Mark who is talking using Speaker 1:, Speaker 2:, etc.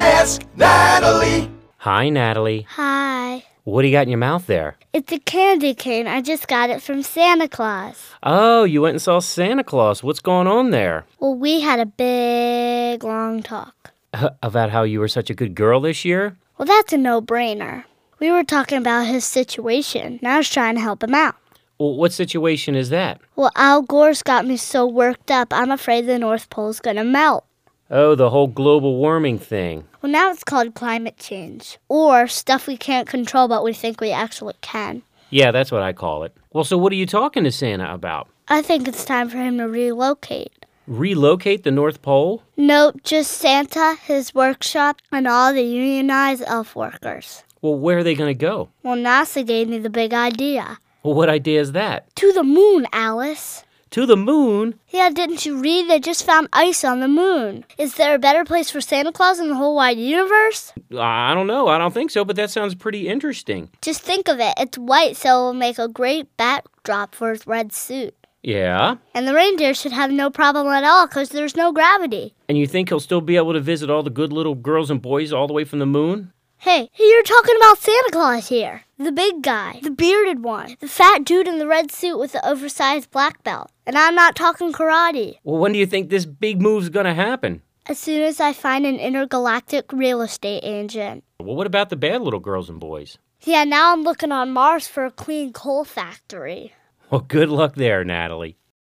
Speaker 1: Ask Natalie.
Speaker 2: Hi, Natalie.
Speaker 3: Hi.
Speaker 2: What do you got in your mouth there?
Speaker 3: It's a candy cane. I just got it from Santa Claus.
Speaker 2: Oh, you went and saw Santa Claus. What's going on there?
Speaker 3: Well, we had a big, long talk.
Speaker 2: About how you were such a good girl this year?
Speaker 3: Well, that's a no brainer. We were talking about his situation, and I was trying to help him out.
Speaker 2: Well, what situation is that?
Speaker 3: Well, Al Gore's got me so worked up, I'm afraid the North Pole's gonna melt.
Speaker 2: Oh, the whole global warming thing.
Speaker 3: Well, now it's called climate change, or stuff we can't control but we think we actually can.
Speaker 2: Yeah, that's what I call it. Well, so what are you talking to Santa about?
Speaker 3: I think it's time for him to relocate.
Speaker 2: Relocate the North Pole?
Speaker 3: Nope, just Santa, his workshop, and all the unionized elf workers.
Speaker 2: Well, where are they going to go?
Speaker 3: Well, NASA gave me the big idea.
Speaker 2: Well, what idea is that?
Speaker 3: To the moon, Alice.
Speaker 2: To the moon?
Speaker 3: Yeah, didn't you read they just found ice on the moon? Is there a better place for Santa Claus in the whole wide universe?
Speaker 2: I don't know. I don't think so, but that sounds pretty interesting.
Speaker 3: Just think of it. It's white, so it will make a great backdrop for his red suit.
Speaker 2: Yeah?
Speaker 3: And the reindeer should have no problem at all because there's no gravity.
Speaker 2: And you think he'll still be able to visit all the good little girls and boys all the way from the moon?
Speaker 3: Hey, you're talking about Santa Claus here. The big guy, the bearded one, the fat dude in the red suit with the oversized black belt. And I'm not talking karate.
Speaker 2: Well, when do you think this big move's going to happen?
Speaker 3: As soon as I find an intergalactic real estate agent.
Speaker 2: Well, what about the bad little girls and boys?
Speaker 3: Yeah, now I'm looking on Mars for a clean coal factory.
Speaker 2: Well, good luck there, Natalie.